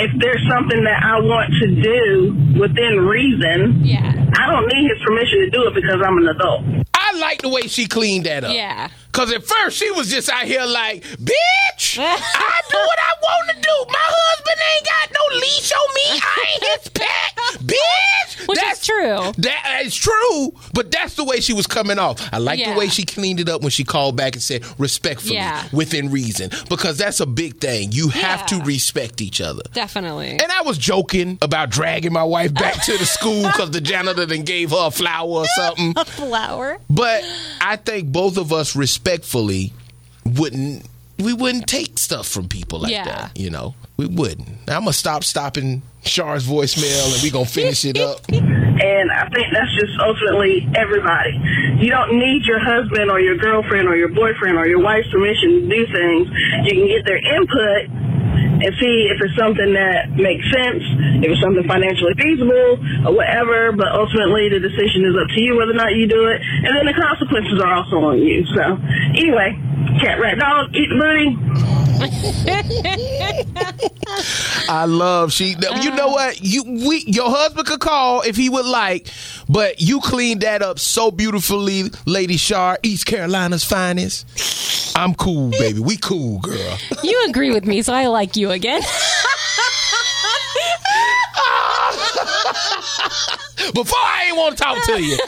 [SPEAKER 6] if there's something that I want to do within reason,
[SPEAKER 2] Yeah.
[SPEAKER 6] I don't need his permission to do it because I'm an adult.
[SPEAKER 1] I like the way she cleaned that up.
[SPEAKER 2] Yeah.
[SPEAKER 1] Cause at first she was just out here like,
[SPEAKER 2] <laughs>
[SPEAKER 1] bitch, I do what I want to do. My husband ain't got no leash on me. I ain't his pet, bitch.
[SPEAKER 2] <laughs> Which is true.
[SPEAKER 1] That is true. But that's the way she was coming off. I like
[SPEAKER 2] Yeah.
[SPEAKER 1] the way she cleaned it up when she called back and said respectfully,
[SPEAKER 2] Yeah.
[SPEAKER 1] within reason, because that's a big thing. You have
[SPEAKER 2] Yeah.
[SPEAKER 1] to respect each other.
[SPEAKER 2] Definitely.
[SPEAKER 1] And I was joking about dragging my wife back to the school because the janitor then gave her a flower
[SPEAKER 2] <laughs>
[SPEAKER 1] or something.
[SPEAKER 2] Flower.
[SPEAKER 1] But I think both of us respectfully wouldn't we wouldn't take stuff from people like
[SPEAKER 2] Yeah.
[SPEAKER 1] that. You know? We wouldn't. I'm gonna stop stopping Char's voicemail and we gonna finish it up.
[SPEAKER 6] And I think that's just ultimately everybody. You don't need your husband or your girlfriend or your boyfriend or your wife's permission to do things. You can get their input and see if it's something that makes sense, if it's something financially feasible or whatever. But ultimately, the decision is up to you whether or not you do it. And then the consequences are also on you. So, anyway, cat, rat, dog, eat the booty.
[SPEAKER 1] I love she you know what? You we your husband could call if he would like, but you cleaned that up so beautifully, Lady Char, East Carolina's finest. I'm cool, baby. We cool, girl.
[SPEAKER 2] You agree with me, so I like you again.
[SPEAKER 1] before I ain't want to talk to you.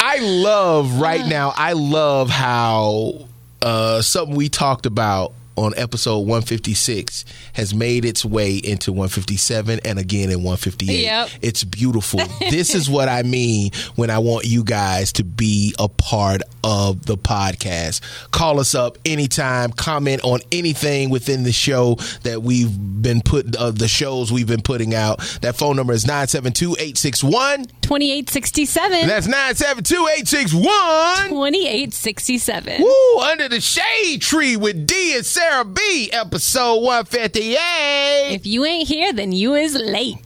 [SPEAKER 1] I love right now. I love how uh, something we talked about on episode 156 has made its way into 157 and again in 158.
[SPEAKER 2] Yep.
[SPEAKER 1] It's beautiful. this is what I mean when I want you guys to be a part of the podcast. Call us up anytime, comment on anything within the show that we've been put uh, the shows we've been putting out. That phone number is 972-861.
[SPEAKER 2] 2867.
[SPEAKER 1] That's 972-861.
[SPEAKER 2] 2867.
[SPEAKER 1] Woo! Under the shade tree with D and Sarah B. Episode one fifty eight.
[SPEAKER 2] If you ain't here, then you is late.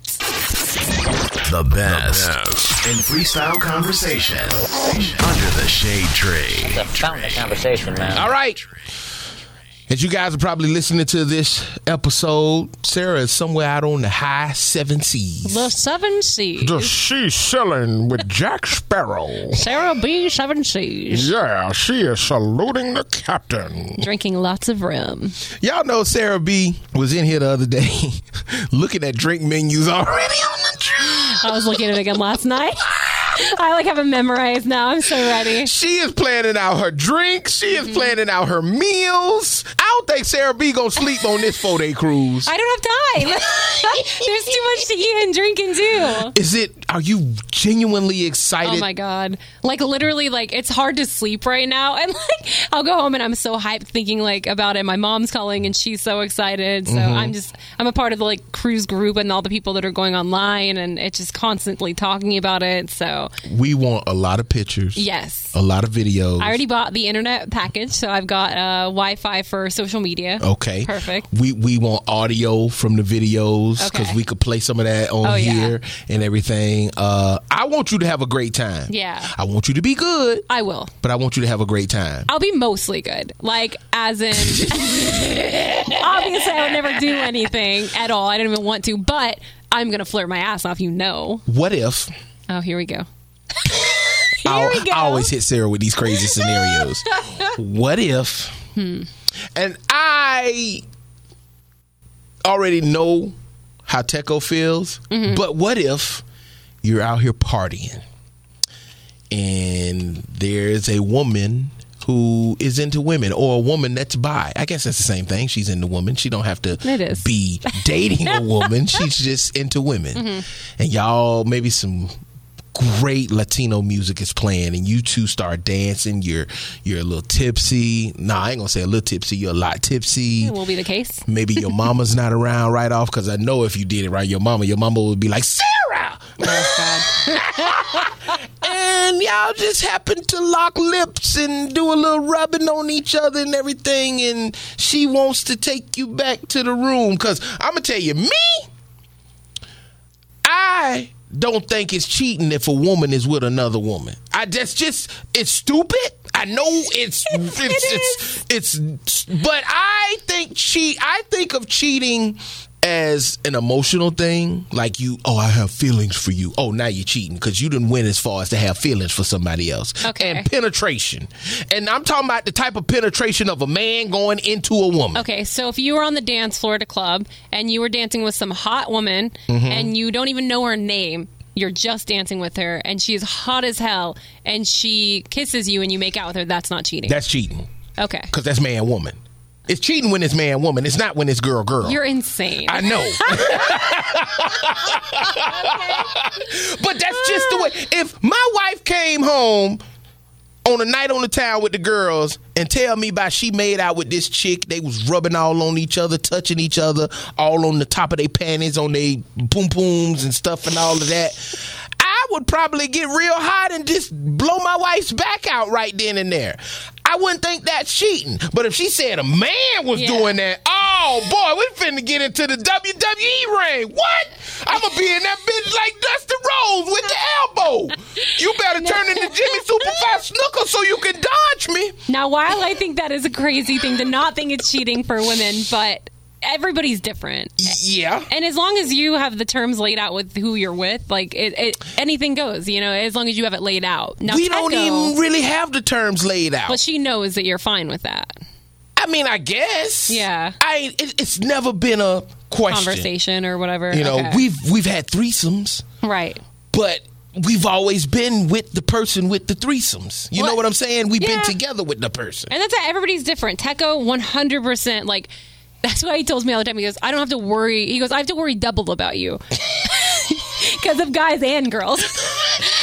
[SPEAKER 3] The best, in freestyle conversation under the shade tree.
[SPEAKER 7] It's a fountain of conversation, man.
[SPEAKER 1] All right. As you guys are probably listening to this episode, Sarah is somewhere out on the high seven seas.
[SPEAKER 8] The Seven Seas.
[SPEAKER 1] she's selling with Jack Sparrow.
[SPEAKER 8] Sarah B. Seven Seas.
[SPEAKER 1] Yeah, she is saluting the captain.
[SPEAKER 2] Drinking lots of rum.
[SPEAKER 1] Y'all know Sarah B was in here the other day <laughs> looking at drink menus already on the tree.
[SPEAKER 2] I was looking at it again last night. <laughs> I like have it memorized now. I'm so ready.
[SPEAKER 1] She is planning out her drinks. She
[SPEAKER 2] Mm-hmm.
[SPEAKER 1] is planning out her meals. I don't think Sarah B gonna sleep on this four day cruise.
[SPEAKER 2] <laughs> I don't have time. There's too much to eat and drink and do.
[SPEAKER 1] is it? Are you genuinely excited?
[SPEAKER 2] Oh my god! Like literally, like it's hard to sleep right now. And like I'll go home and I'm so hyped thinking like about it. My mom's calling and she's so excited. So I'm just I'm a part of the like cruise group and all the people that are going online and it's just constantly talking about it. So
[SPEAKER 1] We want a lot of pictures.
[SPEAKER 2] yes.
[SPEAKER 1] A lot of videos.
[SPEAKER 2] I already bought the internet package, so I've got uh, Wi-Fi for social media.
[SPEAKER 1] Okay.
[SPEAKER 2] Perfect.
[SPEAKER 1] We we want audio from the videos because
[SPEAKER 2] Okay.
[SPEAKER 1] we could play some of that on
[SPEAKER 2] Oh, yeah.
[SPEAKER 1] here and everything. Uh, I want you to have a great time.
[SPEAKER 2] Yeah.
[SPEAKER 1] I want you to be good,
[SPEAKER 2] I will.
[SPEAKER 1] but I want you to have a great time.
[SPEAKER 2] I'll be mostly good. Like, as in, <laughs> obviously, I would never do anything at all. I didn't even want to, but I'm going to flirt my ass off, you know.
[SPEAKER 1] What if?
[SPEAKER 2] Oh, here we go.
[SPEAKER 1] I,
[SPEAKER 2] we go.
[SPEAKER 1] I always hit Sarah with these
[SPEAKER 2] <laughs>
[SPEAKER 1] crazy scenarios. what if?
[SPEAKER 2] Hmm.
[SPEAKER 1] And I already know how Techo feels,
[SPEAKER 2] Mm-hmm.
[SPEAKER 1] but what if you're out here partying and there's a woman who is into women or a woman that's bi. I guess that's the same thing. She's into women. She don't have to
[SPEAKER 2] It is.
[SPEAKER 1] be dating a woman. She's just into women. And y'all maybe some great Latino music is playing and you two start dancing. You're you're a little tipsy. Nah, I ain't gonna say a little tipsy, you're a lot tipsy
[SPEAKER 2] It will be the case.
[SPEAKER 1] maybe your mama's not around right off because I know if you did it right, your mama, your mama would be like Sarah,
[SPEAKER 2] Oh,
[SPEAKER 1] and y'all just happen to lock lips and do a little rubbing on each other and everything, and she wants to take you back to the room because I'm gonna tell you, me, I don't think it's cheating if a woman is with another woman. I that's just it's stupid. I know
[SPEAKER 2] <laughs>
[SPEAKER 1] it's it's it's, it's, but I think cheat I think of cheating as an emotional thing, like you, oh, I have feelings for you. Oh, now you're cheating because you didn't win as far as to have feelings for somebody else.
[SPEAKER 2] Okay.
[SPEAKER 1] And penetration. And I'm talking about the type of penetration of a man going into a woman.
[SPEAKER 2] Okay, so if you were on the dance floor at a club and you were dancing with some hot woman and you don't even know her name, you're just dancing with her and she's hot as hell and she kisses you and you make out with her, that's not cheating.
[SPEAKER 1] That's cheating
[SPEAKER 2] okay.
[SPEAKER 1] because that's man woman. It's cheating when it's man woman. It's not when it's girl girl.
[SPEAKER 2] You're insane.
[SPEAKER 1] I know. but that's just the way. If my wife came home on a night on the town with the girls and tell me about she made out with this chick, they was rubbing all on each other, touching each other, all on the top of their panties, on their boom booms and stuff and all of that. I would probably get real hot and just blow my wife's back out right then and there. I wouldn't think that's cheating. But if she said a man was
[SPEAKER 2] Yeah.
[SPEAKER 1] doing that, oh boy, we finna get into the WWE ring. What? I'ma be in that bitch like Dusty Rose with the elbow. You better turn into Jimmy Superfly Snooker so you can dodge me.
[SPEAKER 2] Now, while I think that is a crazy thing to not think it's cheating for women, but everybody's different.
[SPEAKER 1] Yeah.
[SPEAKER 2] And as long as you have the terms laid out with who you're with, like it, it anything goes, you know, as long as you have it laid out. Now,
[SPEAKER 1] We don't
[SPEAKER 2] Techo-
[SPEAKER 1] even really have the terms laid out.
[SPEAKER 2] But she knows that you're fine with that.
[SPEAKER 1] I mean, I guess.
[SPEAKER 2] Yeah.
[SPEAKER 1] I it, it's never been a question.
[SPEAKER 2] Conversation or whatever.
[SPEAKER 1] You know,
[SPEAKER 2] Okay.
[SPEAKER 1] we've we've had threesomes,
[SPEAKER 2] Right.
[SPEAKER 1] but we've always been with the person with the threesomes. You know
[SPEAKER 2] What?
[SPEAKER 1] what I'm saying? We've
[SPEAKER 2] Yeah.
[SPEAKER 1] been together with the
[SPEAKER 2] <laughs>
[SPEAKER 1] person.
[SPEAKER 2] And that's it. Everybody's different. Teco, 100%. Like, that's why he tells me all the time. He goes, I don't have to worry. He goes, I have to worry double about you. <laughs> Because of guys and girls.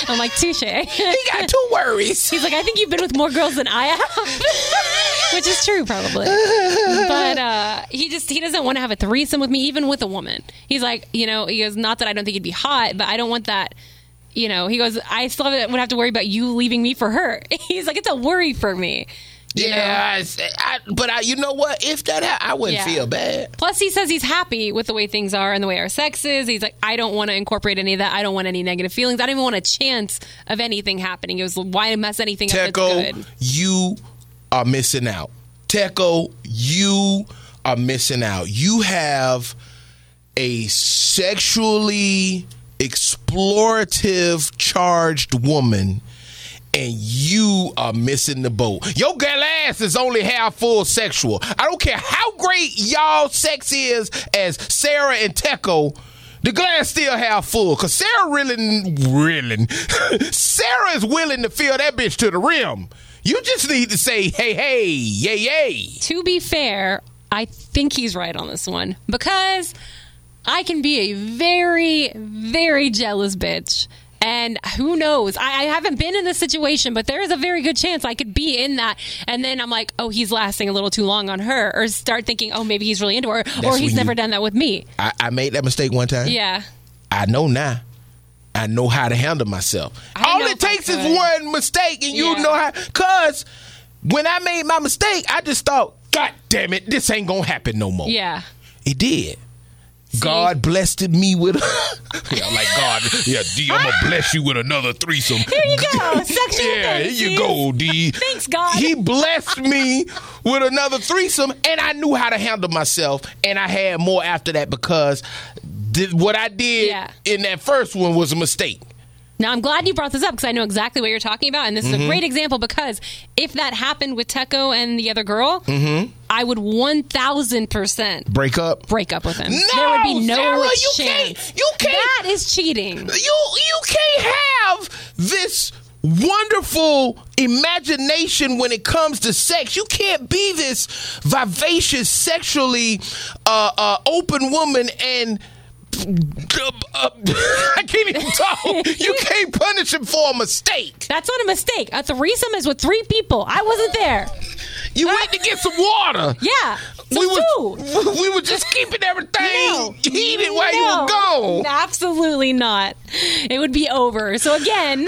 [SPEAKER 2] <laughs> I'm like, touche. He's
[SPEAKER 1] He got two worries.
[SPEAKER 2] like, I think you've been with more girls than I have. <laughs> Which is true, probably. But uh, he just, he doesn't want to have a threesome with me, even with a woman. He's like, you know, he goes, not that I don't think it'd be hot, but I don't want that. You know, he goes, I still have- would have to worry about you leaving me for her. <laughs> He's like, it's a worry for me.
[SPEAKER 1] Yeah, I, I- but I, you know what? If that, hap- I wouldn't
[SPEAKER 2] Yeah.
[SPEAKER 1] feel bad.
[SPEAKER 2] Plus, he says he's happy with the way things are and the way our sex is. He's like, I don't want to incorporate any of that. I don't want any negative feelings. I don't even want a chance of anything happening. It was why mess anything up? That's
[SPEAKER 1] Teco,
[SPEAKER 2] good.
[SPEAKER 1] you are missing out. Teco, you are missing out. You have a sexually explorative charged woman and you are missing the boat. Your girl ass is only half full sexual. I don't care how great y'all sex is as Sarah and Teco. The glass still half full, cause Sarah really, really, <laughs> Sarah is willing to fill that bitch to the rim. You just need to say, hey, hey, yay, yay.
[SPEAKER 2] To be fair, I think he's right on this one because I can be a very, very jealous bitch. And who knows? I, I haven't been in this situation, but there is a very good chance I could be in that. And then I'm like, oh, he's lasting a little too long on her, or start thinking, oh, maybe he's really into her, or
[SPEAKER 1] when
[SPEAKER 2] he's
[SPEAKER 1] you-
[SPEAKER 2] never done that with me.
[SPEAKER 1] I, I made that mistake one time.
[SPEAKER 2] Yeah.
[SPEAKER 1] I know now. I know how to handle myself.
[SPEAKER 2] I
[SPEAKER 1] All
[SPEAKER 2] know
[SPEAKER 1] it
[SPEAKER 2] if I
[SPEAKER 1] takes is
[SPEAKER 2] could.
[SPEAKER 1] one mistake, and you
[SPEAKER 2] Yeah.
[SPEAKER 1] know how. Cause when I made my mistake, I just thought, God damn it, this ain't gonna happen no more.
[SPEAKER 2] Yeah.
[SPEAKER 1] it did. God blessed me with. <laughs> Ah! yeah, I'm like God. Yeah, D, I'm gonna bless you with another threesome.
[SPEAKER 2] Here you go. Sexual
[SPEAKER 1] <laughs> yeah, here you
[SPEAKER 2] fantasies.
[SPEAKER 1] go, D.
[SPEAKER 2] Thanks, God.
[SPEAKER 1] He blessed me with another threesome, and I knew how to handle myself, and I had more after that because th- what I did
[SPEAKER 2] Yeah.
[SPEAKER 1] in that first one was a mistake.
[SPEAKER 2] Now, I'm glad you brought this up because I know exactly what you're talking about. And this
[SPEAKER 1] Mm-hmm.
[SPEAKER 2] is a great example because if that happened with Teco and the other girl,
[SPEAKER 1] Mm-hmm.
[SPEAKER 2] I would 1,000%
[SPEAKER 1] Break up.
[SPEAKER 2] break up with him.
[SPEAKER 1] No,
[SPEAKER 2] there would be no
[SPEAKER 1] Sarah, you
[SPEAKER 2] chance.
[SPEAKER 1] can't- you can't-
[SPEAKER 2] That is cheating.
[SPEAKER 1] You you can't have this wonderful imagination when it comes to sex. You can't be this vivacious, sexually uh, uh, open woman and. <laughs> I can't even talk. You can't punish him for a mistake.
[SPEAKER 2] That's not a mistake. A threesome is with three people. I wasn't there.
[SPEAKER 1] You went to get some water.
[SPEAKER 2] Yeah. So
[SPEAKER 1] we
[SPEAKER 2] do.
[SPEAKER 1] were <laughs> we were just keeping everything
[SPEAKER 2] No.
[SPEAKER 1] heated while you
[SPEAKER 2] No.
[SPEAKER 1] were gone.
[SPEAKER 2] Absolutely not. It would be over. So again,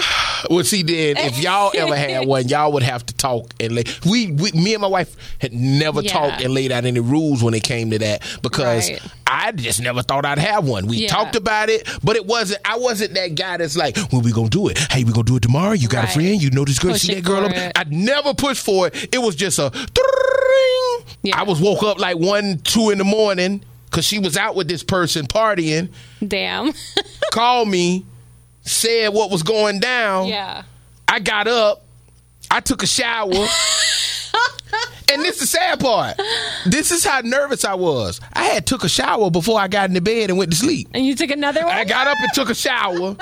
[SPEAKER 1] Well, see, then
[SPEAKER 2] <laughs>
[SPEAKER 1] if y'all ever had one, y'all would have to talk and lay. We, we me and my wife had never
[SPEAKER 2] Yeah.
[SPEAKER 1] talked and laid out any rules when it came to that because
[SPEAKER 2] Right.
[SPEAKER 1] I just never thought I'd have one. We
[SPEAKER 2] Yeah.
[SPEAKER 1] talked about it, but it wasn't. I wasn't that guy that's like, when we gonna do it? Hey, we gonna do it tomorrow? You got
[SPEAKER 2] Right.
[SPEAKER 1] a friend? You know this girl?
[SPEAKER 2] Push
[SPEAKER 1] see
[SPEAKER 2] it
[SPEAKER 1] that girl?
[SPEAKER 2] for
[SPEAKER 1] up?"
[SPEAKER 2] it.
[SPEAKER 1] I never pushed for it. It was just a. ding.
[SPEAKER 2] Yeah.
[SPEAKER 1] I was woke up like one, two in the morning because she was out with this person
[SPEAKER 2] <laughs>
[SPEAKER 1] partying. <laughs>
[SPEAKER 2] damn.
[SPEAKER 1] called me, said what was going down.
[SPEAKER 2] yeah.
[SPEAKER 1] I got up, I took a
[SPEAKER 2] <laughs>
[SPEAKER 1] shower. and this is the sad part. This is how nervous I was. I had took a shower before I got into bed and went to sleep.
[SPEAKER 2] And you took another one?
[SPEAKER 1] I got up and took a shower.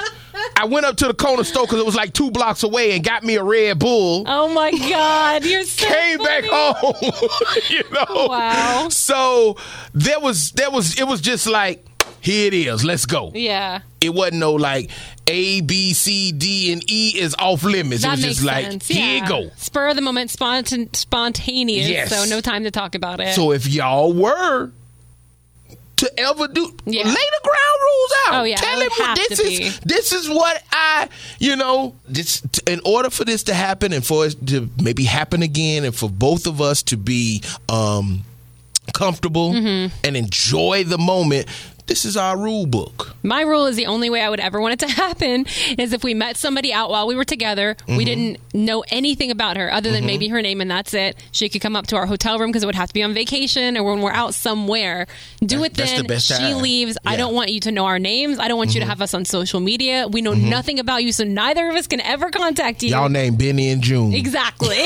[SPEAKER 1] I went up to the corner store because it was like two blocks away and got me a Red Bull.
[SPEAKER 2] Oh my God. You're so
[SPEAKER 1] Came back
[SPEAKER 2] funny. Oh,
[SPEAKER 1] home, <laughs> you know.
[SPEAKER 2] Wow.
[SPEAKER 1] So there was there was it was just like here it is. Let's go.
[SPEAKER 2] Yeah.
[SPEAKER 1] it wasn't no like A, B, C, D, and E is off limits.
[SPEAKER 2] That
[SPEAKER 1] it was
[SPEAKER 2] makes
[SPEAKER 1] just like
[SPEAKER 2] sense.
[SPEAKER 1] here
[SPEAKER 2] yeah.
[SPEAKER 1] you go.
[SPEAKER 2] Spur of the moment, spontan- spontaneous.
[SPEAKER 1] Yes.
[SPEAKER 2] So no time to talk about it.
[SPEAKER 1] So if y'all were to ever do
[SPEAKER 2] Yeah.
[SPEAKER 1] lay the ground rules out.
[SPEAKER 2] Oh, yeah,
[SPEAKER 1] Tell
[SPEAKER 2] it
[SPEAKER 1] him
[SPEAKER 2] would have
[SPEAKER 1] this
[SPEAKER 2] to
[SPEAKER 1] is
[SPEAKER 2] be.
[SPEAKER 1] this is what I you know, this in order for this to happen and for it to maybe happen again and for both of us to be um comfortable
[SPEAKER 2] Mm-hmm.
[SPEAKER 1] and enjoy the moment, this is our rule book.
[SPEAKER 2] My rule is the only way I would ever want it to <laughs> happen is if we met somebody out while we were together.
[SPEAKER 1] Mm-hmm.
[SPEAKER 2] We didn't know anything about her other than maybe her name and that's it. She could come up to our hotel room because it would have to be on vacation or when we're out somewhere. Do it
[SPEAKER 1] that's
[SPEAKER 2] then.
[SPEAKER 1] the best
[SPEAKER 2] she
[SPEAKER 1] time.
[SPEAKER 2] leaves. I
[SPEAKER 1] Yeah. Mm-hmm.
[SPEAKER 2] don't want you to know our names. I don't want you to have us on social media. We know nothing about you, so neither of us can ever contact you.
[SPEAKER 1] Y'all name Benny and June. <laughs>
[SPEAKER 2] exactly.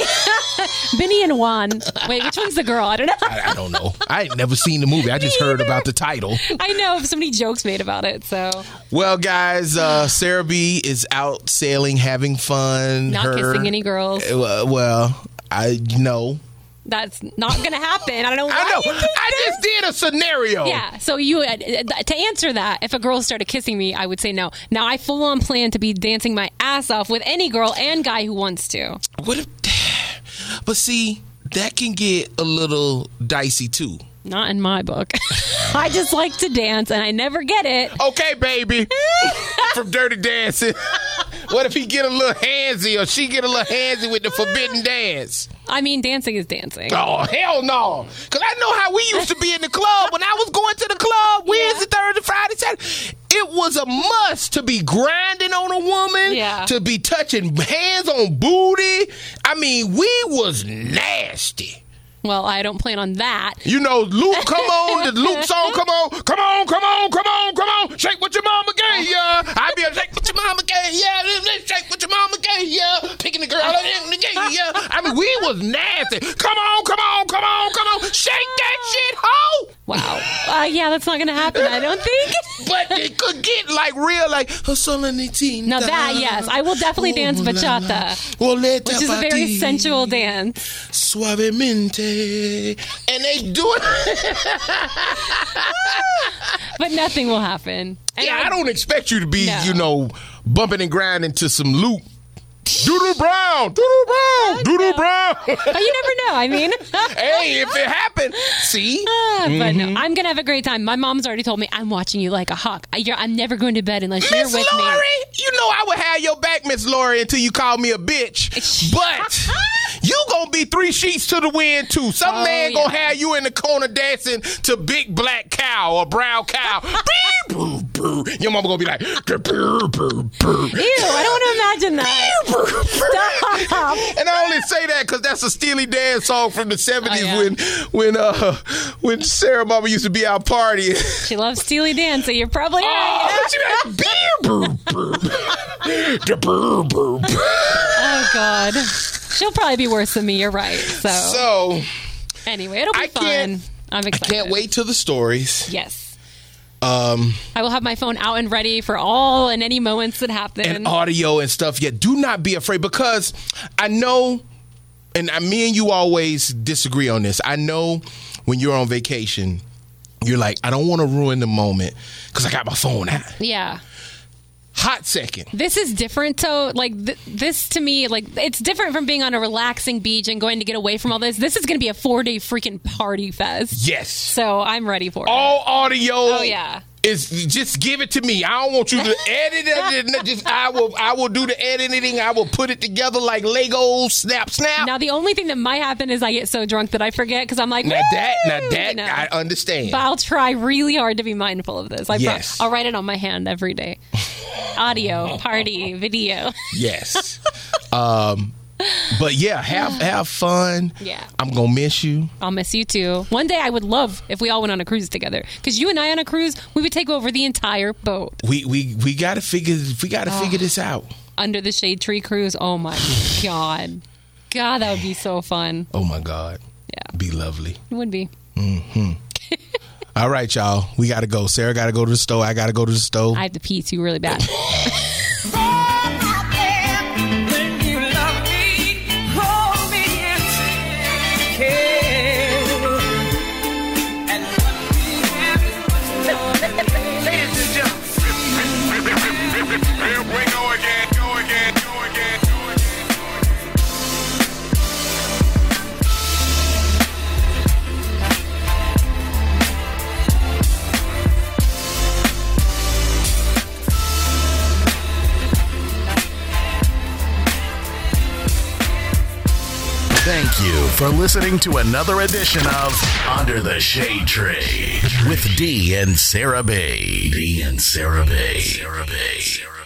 [SPEAKER 2] <laughs> Benny and Juan. Wait, which one's the girl? I don't know.
[SPEAKER 1] I, I don't know. I ain't never seen the movie. I just heard
[SPEAKER 2] either.
[SPEAKER 1] about the title.
[SPEAKER 2] I know if somebody jokes made about it. So
[SPEAKER 1] Well, guys, uh, Sarah B is out sailing, having fun.
[SPEAKER 2] Not
[SPEAKER 1] Her-
[SPEAKER 2] kissing any girls.
[SPEAKER 1] Uh, Well, well, I know.
[SPEAKER 2] that's not going to happen. I don't know. Why
[SPEAKER 1] I know.
[SPEAKER 2] you think
[SPEAKER 1] I just did a scenario.
[SPEAKER 2] <laughs> Yeah. So you uh, to answer that, if a girl started kissing me, I would say no. Now I full on plan to be dancing my ass off with any girl and guy who wants to.
[SPEAKER 1] What if? But see, that can get a little dicey too.
[SPEAKER 2] Not in my book. <laughs> I just like to dance and I never get it.
[SPEAKER 1] Okay,
[SPEAKER 2] <laughs>
[SPEAKER 1] baby, from Dirty Dancing. <laughs> what if he get a little handsy or she get a little handsy with the forbidden dance?
[SPEAKER 2] I mean, dancing is dancing.
[SPEAKER 1] Oh hell no! Cause I know how we used to be in the club when I was going to the club Wednesday, Thursday, Friday, Saturday. It was a must to be grinding on a woman,
[SPEAKER 2] Yeah.
[SPEAKER 1] to be touching hands on booty. I mean, we was nasty.
[SPEAKER 2] Well, I don't plan on that.
[SPEAKER 1] You know, Luke, come on, the
[SPEAKER 2] <laughs>
[SPEAKER 1] Luke song, come on, come on, come on, come on, come on, shake what your mama gave ya. I be a shake what your mama gave ya, This- this shake what your mama gave ya, picking the girl up in the gate, yeah. I mean, we was nasty. Come on, come on, come on, come on, shake that shit, hoe.
[SPEAKER 2] Wow. Uh, yeah, that's not going to happen. I
[SPEAKER 1] <laughs>
[SPEAKER 2] don't think.
[SPEAKER 1] But it could get like real, like solemnity.
[SPEAKER 2] Now that, yes, I will definitely dance bachata, which is a very sensual dance.
[SPEAKER 1] Suavemente, and they do it.
[SPEAKER 2] But nothing will happen. And
[SPEAKER 1] Yeah, I don't expect you to be,
[SPEAKER 2] No.
[SPEAKER 1] you know, bumping and grinding to some Luke. Doodle Brown, Doodle Brown, Doodle Brown.
[SPEAKER 2] But you never know. I mean.
[SPEAKER 1] <laughs> hey, if it happened, see,
[SPEAKER 2] Ah, But
[SPEAKER 1] Mm-hmm.
[SPEAKER 2] no, I'm gonna have a great time. My mom's already told me I'm watching you like a hawk. I, you're, I'm never going to bed unless you're
[SPEAKER 1] Miss
[SPEAKER 2] with
[SPEAKER 1] Lori,
[SPEAKER 2] me.
[SPEAKER 1] you know I would have your back, Miss Lori, until you call me a bitch. But you gonna be three sheets to the wind too. Some
[SPEAKER 2] Oh,
[SPEAKER 1] man gonna
[SPEAKER 2] yeah.
[SPEAKER 1] have you in the corner dancing to Big Black Cow or Brown Cow. Beep, boo, boo. Your mama gonna be like, boo, boo, boo.
[SPEAKER 2] Ew, I don't want to imagine that. Stop.
[SPEAKER 1] And I only say that because that's a Steely Dan song from the seventies
[SPEAKER 2] Oh, yeah.
[SPEAKER 1] when when uh when Sarah Mama used to be out partying. <laughs>
[SPEAKER 2] She loves Steely Dan, so you're probably right.
[SPEAKER 1] Oh, she be like, "Beer, boom, boom. Da, boom, boom."
[SPEAKER 2] Oh God, she'll probably be worse than me. You're right. So,
[SPEAKER 1] So
[SPEAKER 2] anyway, it'll be
[SPEAKER 1] I
[SPEAKER 2] fun.
[SPEAKER 1] can't-
[SPEAKER 2] I'm
[SPEAKER 1] I
[SPEAKER 2] excited.
[SPEAKER 1] can't wait till the stories.
[SPEAKER 2] Yes,
[SPEAKER 1] Um,
[SPEAKER 2] I will have my phone out and ready for all and any moments that happen.
[SPEAKER 1] and audio and stuff. Yeah, do not be afraid because I know, and I, me and you always disagree on this. I know when you're on vacation, you're like, I don't want to ruin the moment because I got my phone out.
[SPEAKER 2] yeah.
[SPEAKER 1] Hot second.
[SPEAKER 2] This is different, so like th- this to me, like it's different from being on a relaxing beach and going to get away from all this. This is going to be a four day freaking party fest.
[SPEAKER 1] Yes.
[SPEAKER 2] So I'm ready for it.
[SPEAKER 1] All audio.
[SPEAKER 2] Oh, yeah.
[SPEAKER 1] Is just give it to me. I don't want you to
[SPEAKER 2] <laughs>
[SPEAKER 1] edit it. Just I will. I will do the editing. I will put it together like Lego. Snap, snap.
[SPEAKER 2] Now the only thing that might happen is I get so drunk that I forget because I'm like,
[SPEAKER 1] Now that,
[SPEAKER 2] "Woo!"
[SPEAKER 1] now that,
[SPEAKER 2] You know.
[SPEAKER 1] I understand.
[SPEAKER 2] But I'll try really hard to be mindful of this. I pro-
[SPEAKER 1] Yes.
[SPEAKER 2] I'll write it on my hand
[SPEAKER 1] <laughs>
[SPEAKER 2] every day. Audio, party, video.
[SPEAKER 1] Yes.
[SPEAKER 2] <laughs>
[SPEAKER 1] um, but yeah, have have fun.
[SPEAKER 2] Yeah.
[SPEAKER 1] I'm gonna miss you.
[SPEAKER 2] I'll miss you too. One day I would love if we all went on a cruise together because you and I on a cruise, we would take over the entire boat.
[SPEAKER 1] We we we gotta figure we gotta
[SPEAKER 2] Oh.
[SPEAKER 1] figure this out.
[SPEAKER 2] under the shade tree cruise. Oh my god, God, that would be so fun.
[SPEAKER 1] Oh my God.
[SPEAKER 2] Yeah.
[SPEAKER 1] Be lovely.
[SPEAKER 2] It would be.
[SPEAKER 1] All right, y'all. We gotta go. Sarah gotta go to the store. I gotta go to the store.
[SPEAKER 2] I have to pee too really bad.
[SPEAKER 3] Thank you for listening to another edition of Under the Shade Tree with D and Sarah B. D and Sarah B. Sarah B. Sarah B.